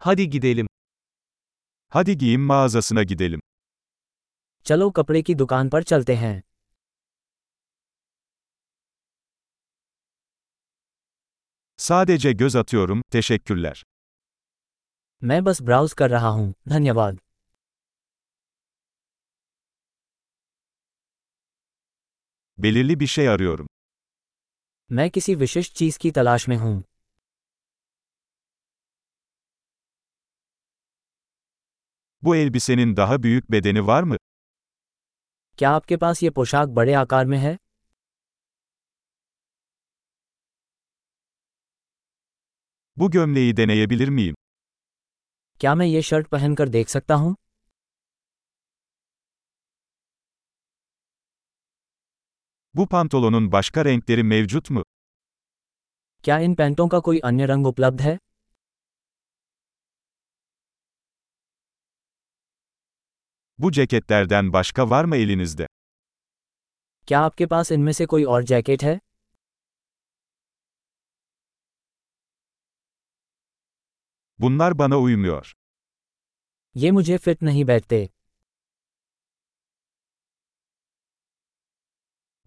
Hadi gidelim. Hadi giyim mağazasına gidelim. चलो कपड़े की दुकान पर चलते हैं Sadece göz atıyorum, teşekkürler. मैं बस ब्राउज कर रहा हूँ धन्यवाद Belirli bir şey arıyorum. मैं किसी विशिष्ट चीज़ की तलाश में हूँ Bu elbisenin daha büyük bedeni var mı? क्या आपके पास ये पोशाक बड़े आकार में है Bu gömleği deneyebilir miyim? क्या मैं ये शर्ट पहनकर देख सकता हूँ Bu pantolonun başka renkleri mevcut mu? क्या इन पैंटों का कोई अन्य रंग उपलब्ध है Bu ceketlerden başka var mı elinizde? क्या आपके पास इनमें से कोई और जैकेट है Bunlar bana uymuyor. ये मुझे फिट नहीं बैठते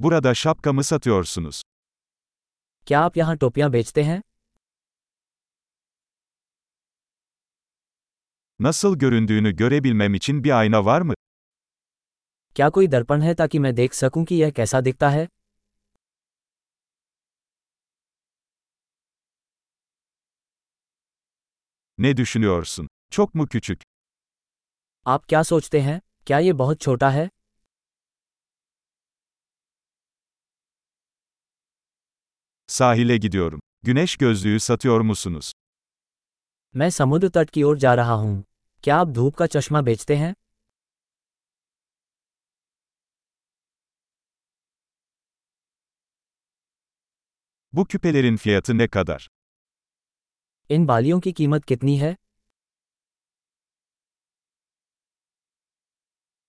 Burada şapkamı satıyorsunuz. क्या आप यहाँ टोपियाँ बेचते हैं Nasıl göründüğünü görebilmem için bir ayna var mı? क्या कोई दर्पण है ताकि मैं देख सकूं कि यह कैसा दिखता है Ne düşünüyorsun? Çok mu küçük? आप क्या सोचते हैं क्या ये बहुत छोटा है Sahile gidiyorum. Güneş gözlüğü satıyor musunuz? मैं समुद्र तट की ओर जा रहा हूँ क्या आप धूप का चश्मा बेचते हैं Bu küpelerin fiyatı ne kadar? इन बालियों की कीमत कितनी है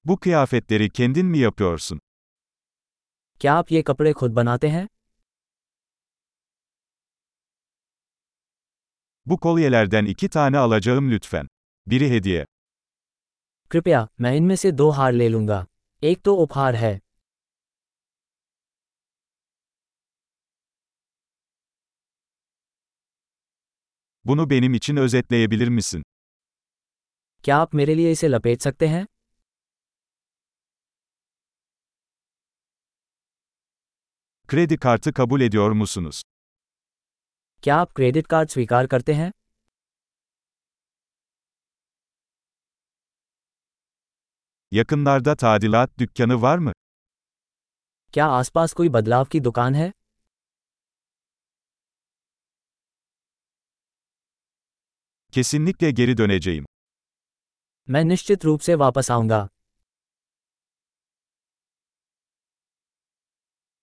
Bu kıyafetleri kendin mi yapıyorsun? क्या आप ये कपड़े खुद बनाते हैं Bu kolyelerden iki tane alacağım lütfen. Biri hediye. कृपया मैं इनमें से दो हार ले लूंगा एक तो उपहार है Bunu benim için özetleyebilir misin? क्या आप मेरे लिए इसे लपेट सकते हैं Kredi kartı kabul ediyor musunuz? क्या आप क्रेडिट कार्ड स्वीकार करते हैं Yakınlarda tadilat dükkanı var mı? क्या आसपास कोई बदलाव की दुकान है Kesinlikle geri döneceğim. मैं निश्चित रूप से वापस आऊंगा